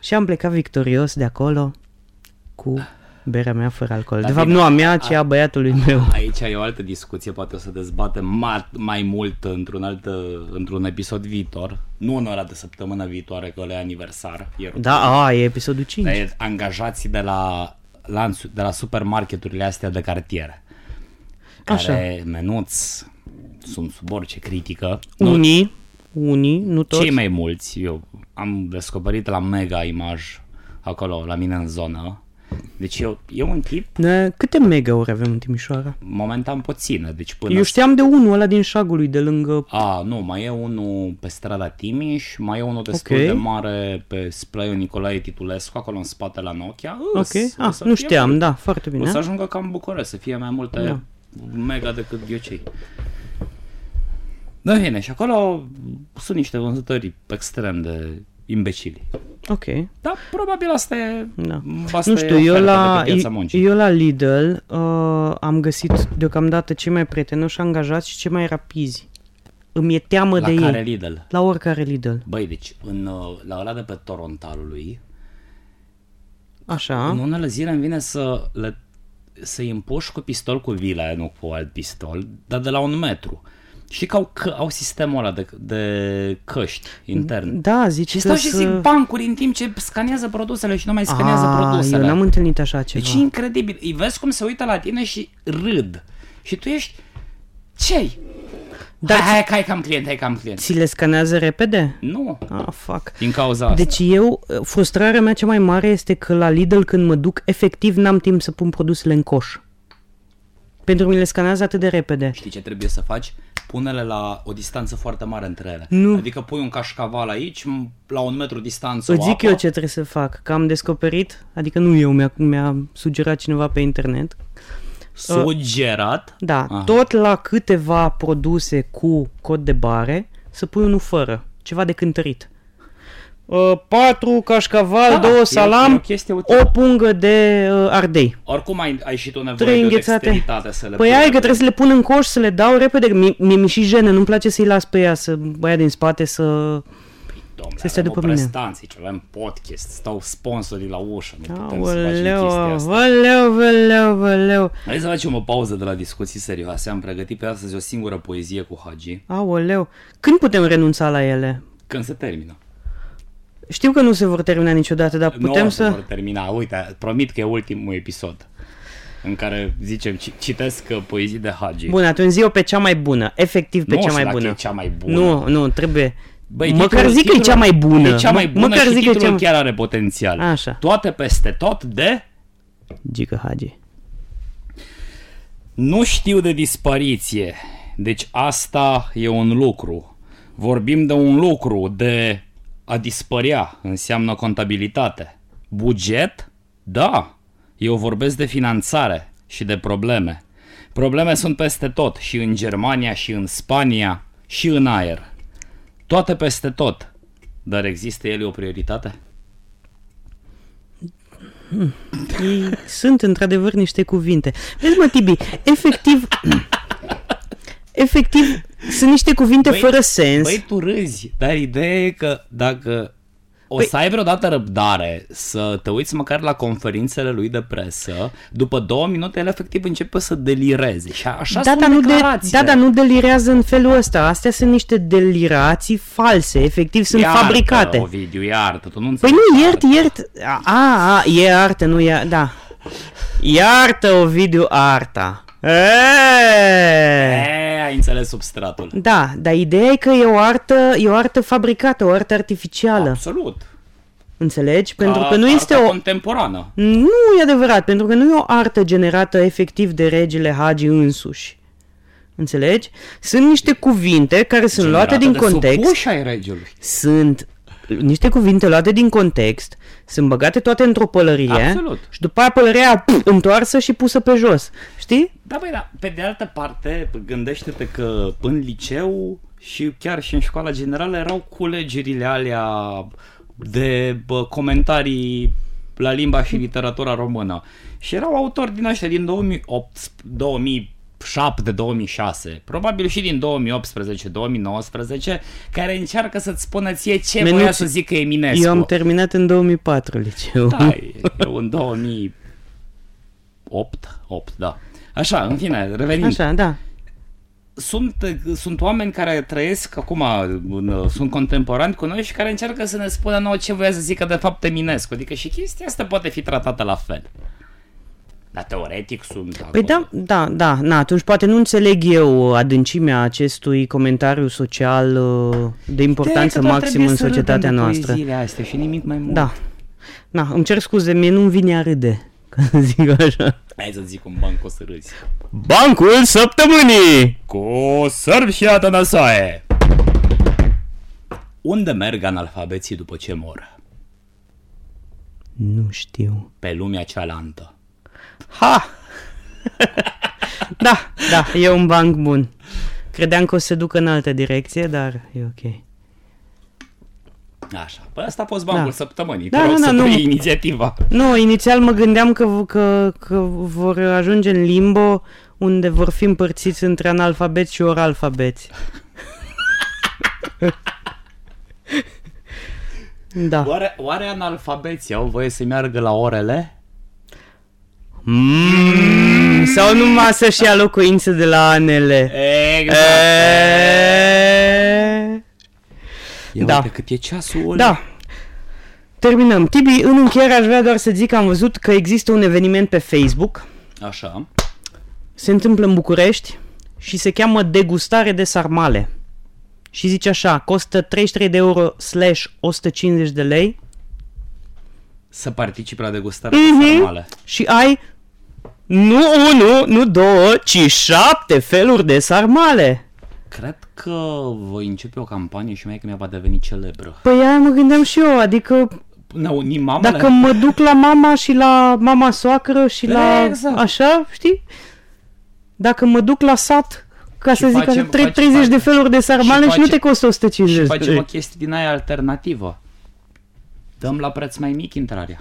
S1: și am plecat victorios de acolo cu Berea mea fără alcool.
S2: Dar
S1: de fapt,
S2: bine,
S1: nu a mea, ci a băiatului meu.
S2: Aici e o altă discuție, poate o să dezbatem ma- mai mult într-un alt, într-un episod viitor. Nu în ora de săptămână viitoare, că ăla e aniversar. E rupt.
S1: Da, a, e episodul 5.
S2: Dar e angajații de la, lanțu- de la supermarketurile astea de cartier. Care Așa. menuți sunt sub orice critică. Nu,
S1: Unii, unii, nu toți.
S2: cei mai mulți, eu am descoperit la Mega Image, acolo, la mine în zonă. Deci eu, eu un tip
S1: Ne, câte megauri avem în Timișoara?
S2: Da. momentan puțină, deci până
S1: Eu știam de unul ăla din șagului de lângă...
S2: A, nu, mai e unul pe strada Timiș, mai e unul destul
S1: Ok.
S2: okay. de mare pe splay Nicolae Titulescu, acolo în spate la Nokia. Îs,
S1: Ok,
S2: o
S1: ah,
S2: să
S1: nu
S2: fie
S1: știam,
S2: mult.
S1: da, foarte
S2: O să
S1: bine.
S2: ajungă ca în București, să fie mai multe
S1: Da.
S2: mega decât ghiocei. Da, bine, și acolo sunt niște vânzători extrem de imbecili.
S1: Ok,
S2: Dar probabil asta e...
S1: da.
S2: Asta
S1: Nu
S2: e
S1: știu, eu
S2: oferta
S1: la,
S2: de pe piața
S1: eu-
S2: muncii.
S1: eu la Lidl uh, am găsit deocamdată cei mai prietenoși angajați și cei mai rapizi. Îmi e teamă
S2: la
S1: de
S2: care
S1: ei.
S2: Lidl?
S1: La oricare Lidl.
S2: Băi, deci în, uh, la ăla de pe Torontalului,
S1: Așa.
S2: În unele zile îmi vine să le, să-i împuși cu pistol cu vila, nu cu alt pistol, dar de la un metru. Și că au, că, au sistemul ăla de, de căști intern.
S1: Da, zici
S2: Și
S1: că
S2: stau și
S1: să-
S2: zic bancuri în timp ce scanează produsele și nu mai scanează
S1: Ah,
S2: produsele.
S1: Eu n-am întâlnit așa ceva.
S2: Deci e incredibil. Îi vezi cum se uită la tine și râd. Și tu ești... Ce-i?
S1: Dar
S2: Dar hai, hai, că ai cam client, hai cam client.
S1: Ți le scanează repede?
S2: Nu.
S1: Ah, fuck.
S2: Din cauza asta.
S1: Deci eu, frustrarea mea cea mai mare este că la Lidl când mă duc, efectiv n-am timp să pun produsele în coș. Pentru că mi le scanează atât de repede.
S2: Știi ce trebuie să faci? Pune-le la o distanță foarte mare între ele.
S1: Nu.
S2: Adică pui un cașcaval aici, m- la un metru distanță
S1: Îți
S2: o
S1: zic
S2: apă.
S1: eu ce trebuie să fac, că am descoperit, adică nu eu, mi-a, mi-a sugerat cineva pe internet.
S2: Sugerat.
S1: Da,
S2: Aha.
S1: tot la câteva produse cu cod de bare să pui unul fără, ceva de cântărit. Uh, patru cașcaval,
S2: Da, e
S1: două
S2: o-
S1: salam,
S2: e o chestie utilă.
S1: o pungă de uh, ardei.
S2: Oricum ai, ai și tu nevoie
S1: Trei
S2: de o
S1: înghețate.
S2: dexteritate să le
S1: Păi
S2: pui
S1: ai că
S2: repede.
S1: trebuie să le pun în coș, să le dau repede. Mie mi-e mi și jenă, nu-mi place să-i las pe ea, să băia din spate, să...
S2: Păi, Domnule,
S1: să stea
S2: avem
S1: după
S2: o
S1: mine.
S2: prestanță aici, avem podcast, stau sponsorii la ușă, nu putem să facem
S1: Aoleu,
S2: chestia asta.
S1: aoleu, aoleu, aoleu.
S2: Hai să facem o pauză de la discuții serioase. Am pregătit pe astăzi o singură poezie cu Hagi.
S1: Aoleu. Când putem renunța la ele?
S2: Când se termină?
S1: Știu că nu se vor termina niciodată, dar putem
S2: nu o
S1: să...
S2: vor termina. Uite, promit că e ultimul episod în care zicem, ci- citesc uh, poezii de Hagi.
S1: Bun, atunci zi-o pe cea mai bună. Efectiv pe
S2: Nu
S1: cea
S2: știu
S1: mai
S2: dacă
S1: bună.
S2: e cea mai bună.
S1: Nu, nu, trebuie...
S2: Băi,
S1: măcar
S2: titlul-
S1: zic că e
S2: titlul-
S1: cea mai bună.
S2: E cea mai
S1: Mă-
S2: bună
S1: măcar
S2: și
S1: zic că e
S2: titlul
S1: cea mai...
S2: chiar are potențial.
S1: Așa.
S2: Toate peste tot de...
S1: Gică Hagi.
S2: Nu știu de dispariție. Deci asta e un lucru. Vorbim de un lucru, de a dispărea înseamnă contabilitate. Buget? Da. Eu vorbesc de finanțare și de probleme. Probleme sunt peste tot, și în Germania, și în Spania, și în aer. Toate peste tot. Dar există ele o prioritate?
S1: Ei, sunt într-adevăr niște cuvinte. Vezi mă, Tibi, efectiv... efectiv, sunt niște cuvinte
S2: Băi,
S1: fără sens.
S2: Băi, Păi tu râzi, dar ideea e că dacă o
S1: Păi-
S2: să ai vreodată răbdare să te uiți măcar la conferințele lui de presă, după două minute el efectiv începe să delireze și a- așa
S1: da,
S2: sunt
S1: dar nu, de,
S2: declarațiile.
S1: da, dar nu delirează în felul ăsta. Astea sunt niște delirații false. Efectiv, sunt
S2: Iartă,
S1: fabricate.
S2: Ovidiu, iartă, tu nu
S1: Păi
S2: înțelegi.
S1: nu, iert, iert. A, a, a, e artă, nu e... Da. Iartă, Ovidiu, arta. Eee!
S2: E, ai înțeles substratul.
S1: Da, dar ideea e că e o artă, e o artă fabricată, o artă artificială.
S2: Absolut.
S1: Înțelegi? Da. Pentru
S2: Ca
S1: că nu este
S2: arta
S1: o
S2: contemporană.
S1: Nu e adevărat, pentru că nu e o artă generată efectiv de regele Hagi însuși. Înțelegi? Sunt niște cuvinte care sunt luate
S2: Generată
S1: din
S2: de
S1: context.
S2: Supuși ai regelui.
S1: Sunt niște cuvinte luate din context, sunt băgate toate într-o pălărie
S2: Absolut.
S1: și după aia pălăria [CLEARS THROAT] pf, întoarsă și pusă pe jos. Știi?
S2: Da, băi, dar pe de altă parte, gândește-te că în liceu și chiar și în școala generală erau culegerile alea de bă, comentarii la limba și literatura română. Și erau autori din ăștia din 2008, 2007, 2006, probabil și din 2018, 2019, care încearcă să-ți spună ție ce
S1: Menuți-
S2: voia să zică Eminescu.
S1: Eu am terminat în 2004 liceu.
S2: Da, eu în 2000 8, 8, da. Așa, în fine, revenind.
S1: [LAUGHS] Așa, da.
S2: Sunt, sunt oameni care trăiesc acum, în, sunt contemporani cu noi și care încearcă să ne spună nouă ce voia să zică de fapt Eminescu. Adică și chestia asta poate fi tratată la fel. Dar teoretic sunt
S1: Păi da, da, da, na, atunci poate nu înțeleg eu adâncimea acestui comentariu social uh, de importanță maximă în societatea noastră.
S2: Zile astea și nimic mai mult.
S1: Da. Na, îmi cer scuze, mie nu-mi vine a râde, [LAUGHS] ca să zic așa.
S2: Hai să zic un banc o să râzi.
S3: Bancul săptămânii!
S2: Cu sărbi și Atanasae! Unde merg analfabeții după ce mor?
S1: Nu știu.
S2: Pe lumea cealaltă.
S1: Ha! da, da, e un banc bun. Credeam că o să se ducă în altă direcție, dar e ok.
S2: Așa, păi asta a fost bancul da.
S1: Da.
S2: săptămânii, da,
S1: Da,
S2: te rog
S1: da,
S2: să
S1: da,
S2: nu.
S1: nu.
S2: inițiativa.
S1: Nu, inițial mă gândeam că, că, că vor ajunge în limbo unde vor fi împărțiți între analfabeți și
S3: [LAUGHS]
S1: oralfabeți. da.
S2: Oare, oare analfabeții au voie să meargă la orele?
S1: Sau numai să-și ia locuințe de la anele.
S2: Exact.
S1: E...
S2: Ia
S1: da.
S2: uite cât e ceasul ăla.
S1: Da. Terminăm. Tibi, în încheiere aș vrea doar să zic că am văzut că există un eveniment pe Facebook.
S2: Așa.
S1: Se întâmplă în București și se cheamă degustare de sarmale. Și zice așa, costă 33 de euro slash 150 de lei
S2: Să participi la degustarea
S1: Mhm.
S2: mm-hmm. de sarmale.
S1: și ai nu unu, nu două, ci șapte feluri de sarmale.
S2: Cred că voi începe o campanie și mai că mea va deveni celebră.
S1: Păi aia mă gândeam și eu, adică
S2: Ne unim mamele?
S1: Dacă mă duc la mama și la mama soacră și la
S2: Exact.
S1: așa, știi? Dacă mă duc la sat, ca
S2: Și
S1: să zic
S2: facem-
S1: așa, tre-
S2: facem-
S1: 30 de feluri de sarmale și,
S2: și
S1: nu
S2: face-
S1: te costă 150
S2: Și
S1: de
S2: facem o
S1: lei.
S2: chestie din aia alternativă. Dăm la preț mai mic intrarea.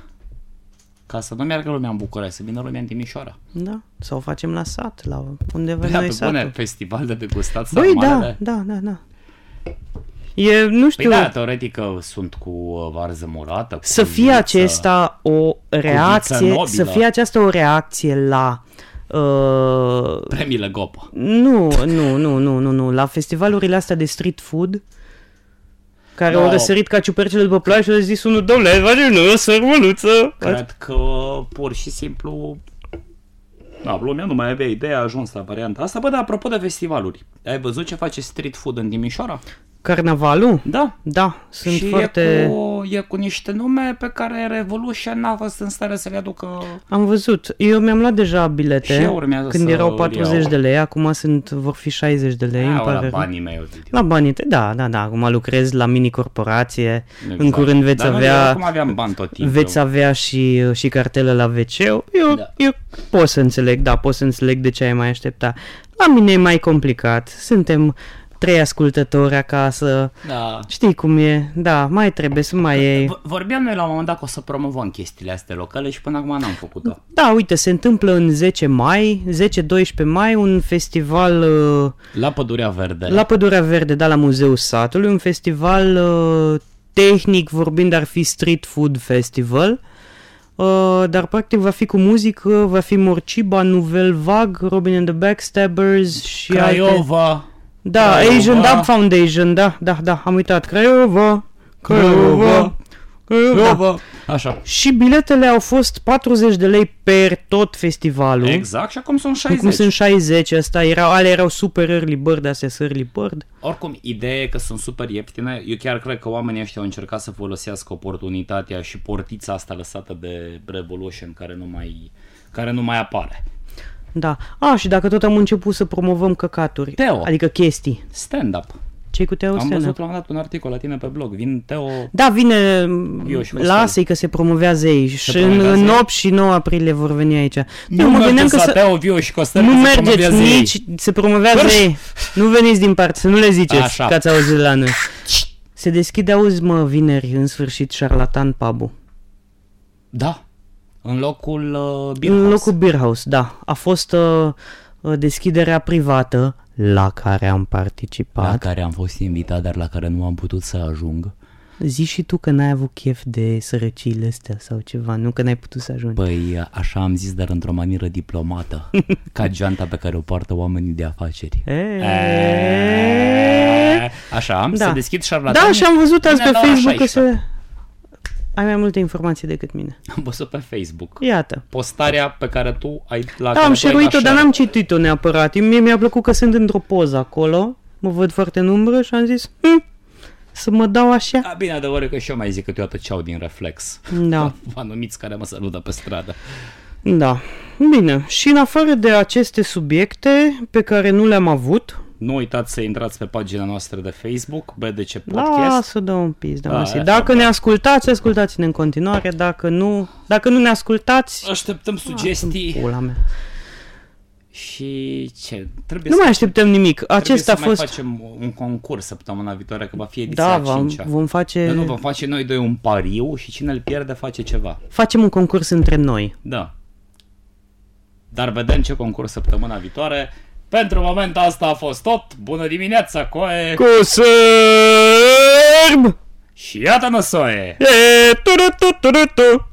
S2: Ca să nu meargă lumea în București, să vină lumea în Timișoara.
S1: Da, sau facem la sat, la undeva
S2: Da,
S1: noi
S2: pe bune,
S1: Păi satul.
S2: festival de degustat
S1: Băi, da,
S2: sarmalele.
S1: da, da, da. E, nu
S2: Păi
S1: știu,
S2: da, teoretic că sunt cu uh, varză murată. Cu
S1: să fie
S2: viță.
S1: acesta o reacție,
S2: nobilă.
S1: să fie aceasta o reacție la uh,
S2: Premiile Gopa.
S1: Nu, nu, nu, nu, nu, nu. La festivalurile astea de street food, care
S2: Da.
S1: au răsărit ca ciupercile după ploaie și au zis unul, domnule, facem o sărmăluță.
S2: Cred că pur și simplu... Da, lumea nu mai avea ideea, a ajuns la varianta asta. Bă, dar apropo de festivaluri, ai văzut ce face street food în Timișoara?
S1: Carnavalul?
S2: Da,
S1: Da, sunt
S2: și e,
S1: foarte...
S2: cu, e cu niște nume pe care Revolution n-a fost în stare să le aducă.
S1: Am văzut. Eu mi-am luat deja bilete
S2: Și eu urmează
S1: când
S2: să
S1: erau
S2: îl
S1: 40
S2: iau.
S1: de lei, acum sunt, vor fi 60 de lei, îmi
S2: Au
S1: pare
S2: la
S1: rău.
S2: banii mei, Ovidiu.
S1: La banii, te- da, da, da, acum lucrez la mini-corporație,
S2: Exact.
S1: în curând veți
S2: Dar Noi, eu
S1: avea...
S2: acum aveam bani tot timpul.
S1: veți avea și, uh, și cartelă la wc eu,
S2: Da.
S1: da. eu pot să înțeleg, da, pot să înțeleg de ce ai mai aștepta. La mine e mai complicat, suntem trei ascultători acasă,
S2: Da.
S1: știi cum e, da, mai trebuie să mai iei.
S2: V- Vorbeam noi la un moment dat că o să promovăm chestiile astea locale și până acum n-am făcut-o.
S1: Da, uite, se întâmplă în 10 mai, 10-12 mai, un festival uh,
S2: La Pădurea Verde.
S1: la Pădurea Verde, da, la Muzeul Satului, un festival uh, tehnic vorbind ar fi Street Food Festival, uh, dar practic va fi cu muzică, va fi Morciba, Nouvel Vag, Robin and the Backstabbers și alte...
S2: Craiova.
S1: Da,
S2: Craiova.
S1: Asian Dub Foundation, da, da, da, am uitat. Craiova, Craiova, Craiova. [LAUGHS] Da.
S2: Craiova. Așa.
S1: Și biletele au fost 40 de lei per tot festivalul.
S2: Exact, și acum sunt
S1: Cum
S2: 60.
S1: sunt 60, asta erau, ale erau super early bird, astea sunt early bird.
S2: Oricum, ideea e că sunt super ieftine. Eu chiar cred că oamenii ăștia au încercat să folosească oportunitatea și portița asta lăsată de Revolution care nu mai, care nu mai apare.
S1: Da. A, și dacă tot am început să promovăm căcaturi.
S2: Teo.
S1: Adică chestii.
S2: Stand-up.
S1: Cei cu Teo
S2: Am
S1: Stena.
S2: văzut la un moment dat un articol la tine pe blog. Vin Teo...
S1: Da, vine,
S2: Eu și Costel.
S1: lasă-i că se promovează ei și în,
S2: promovează
S1: în
S2: ei.
S1: 8 și 9 aprilie vor veni aici. Eu mă
S2: mergeți
S1: gândeam că
S2: la
S1: să,
S2: Teo, Viu și Costel,
S1: nu
S2: că se
S1: mergeți
S2: promovează ei.
S1: nici, se promovează
S2: Păi.
S1: ei. Nu veniți din parte, să nu le ziceți
S2: Așa.
S1: că ați auzit la noi. Se deschide, auzi mă, vineri, în sfârșit, șarlatan pub
S2: Da. În locul uh, Beer
S1: În
S2: House.
S1: locul Beer House, da. A fost uh, uh, deschiderea privată la care am participat.
S2: la care am fost invitat, dar la care nu am putut să ajung.
S1: Zici și tu că n-ai avut chef de sărăciile astea sau ceva, nu că n-ai putut să ajungi.
S2: Păi așa am zis, dar într-o manieră
S1: [LAUGHS]
S2: diplomată, ca geanta pe care o poartă oamenii de afaceri.
S1: Eee.
S2: Așa, da.
S1: Da.
S2: să deschid șarlatanii.
S1: Da, și am văzut azi
S2: Bine,
S1: pe
S2: la ora
S1: Facebook că
S2: 16.
S1: se... Ai mai multe informații decât mine.
S2: Am văzut pe Facebook
S1: Iată.
S2: postarea pe care tu ai... La care
S1: Da, am
S2: tu ai
S1: șeruit-o,
S2: așa.
S1: dar n-am citit-o neapărat. Mie mi-a plăcut că sunt într-o poză acolo, mă văd foarte în umbră și am zis, hm, să mă dau așa.
S2: A, bine, adevărul e că și eu mai zic câteodată ceau din reflex. [LAUGHS]
S1: Da.
S2: Anumiți care mă salută pe stradă.
S1: Da. Bine, și în afară de aceste subiecte pe care nu le-am avut,
S2: Nu uitați să intrați pe pagina noastră de Facebook, BDC Podcast.
S1: lasă dă un pis, da,
S2: Da,
S1: mersi.
S2: așa,
S1: Dacă
S2: da.
S1: ne ascultați, ascultați-ne în continuare, dacă nu, dacă nu ne ascultați,
S2: Așteptăm
S1: sunt
S2: sugestii
S1: pula mea.
S2: și ce? Trebuie
S1: Nu
S2: să,
S1: mai așteptăm nimic,
S2: trebuie
S1: acesta a
S2: să mai
S1: fost...
S2: facem un concurs săptămâna viitoare, că va fi
S1: Da,
S2: ediția
S1: vom,
S2: 5
S1: vom face...
S2: Dar nu, vom face noi doi un pariu și cine îl pierde face ceva.
S1: Facem un concurs între noi.
S2: Da. Dar vedem ce concurs săptămâna viitoare. Pentru moment asta a fost tot. Bună dimineața, coe!
S3: Cu sârb!
S2: Și iată năsoie!
S3: E, tu, tu, tu, tu, tu.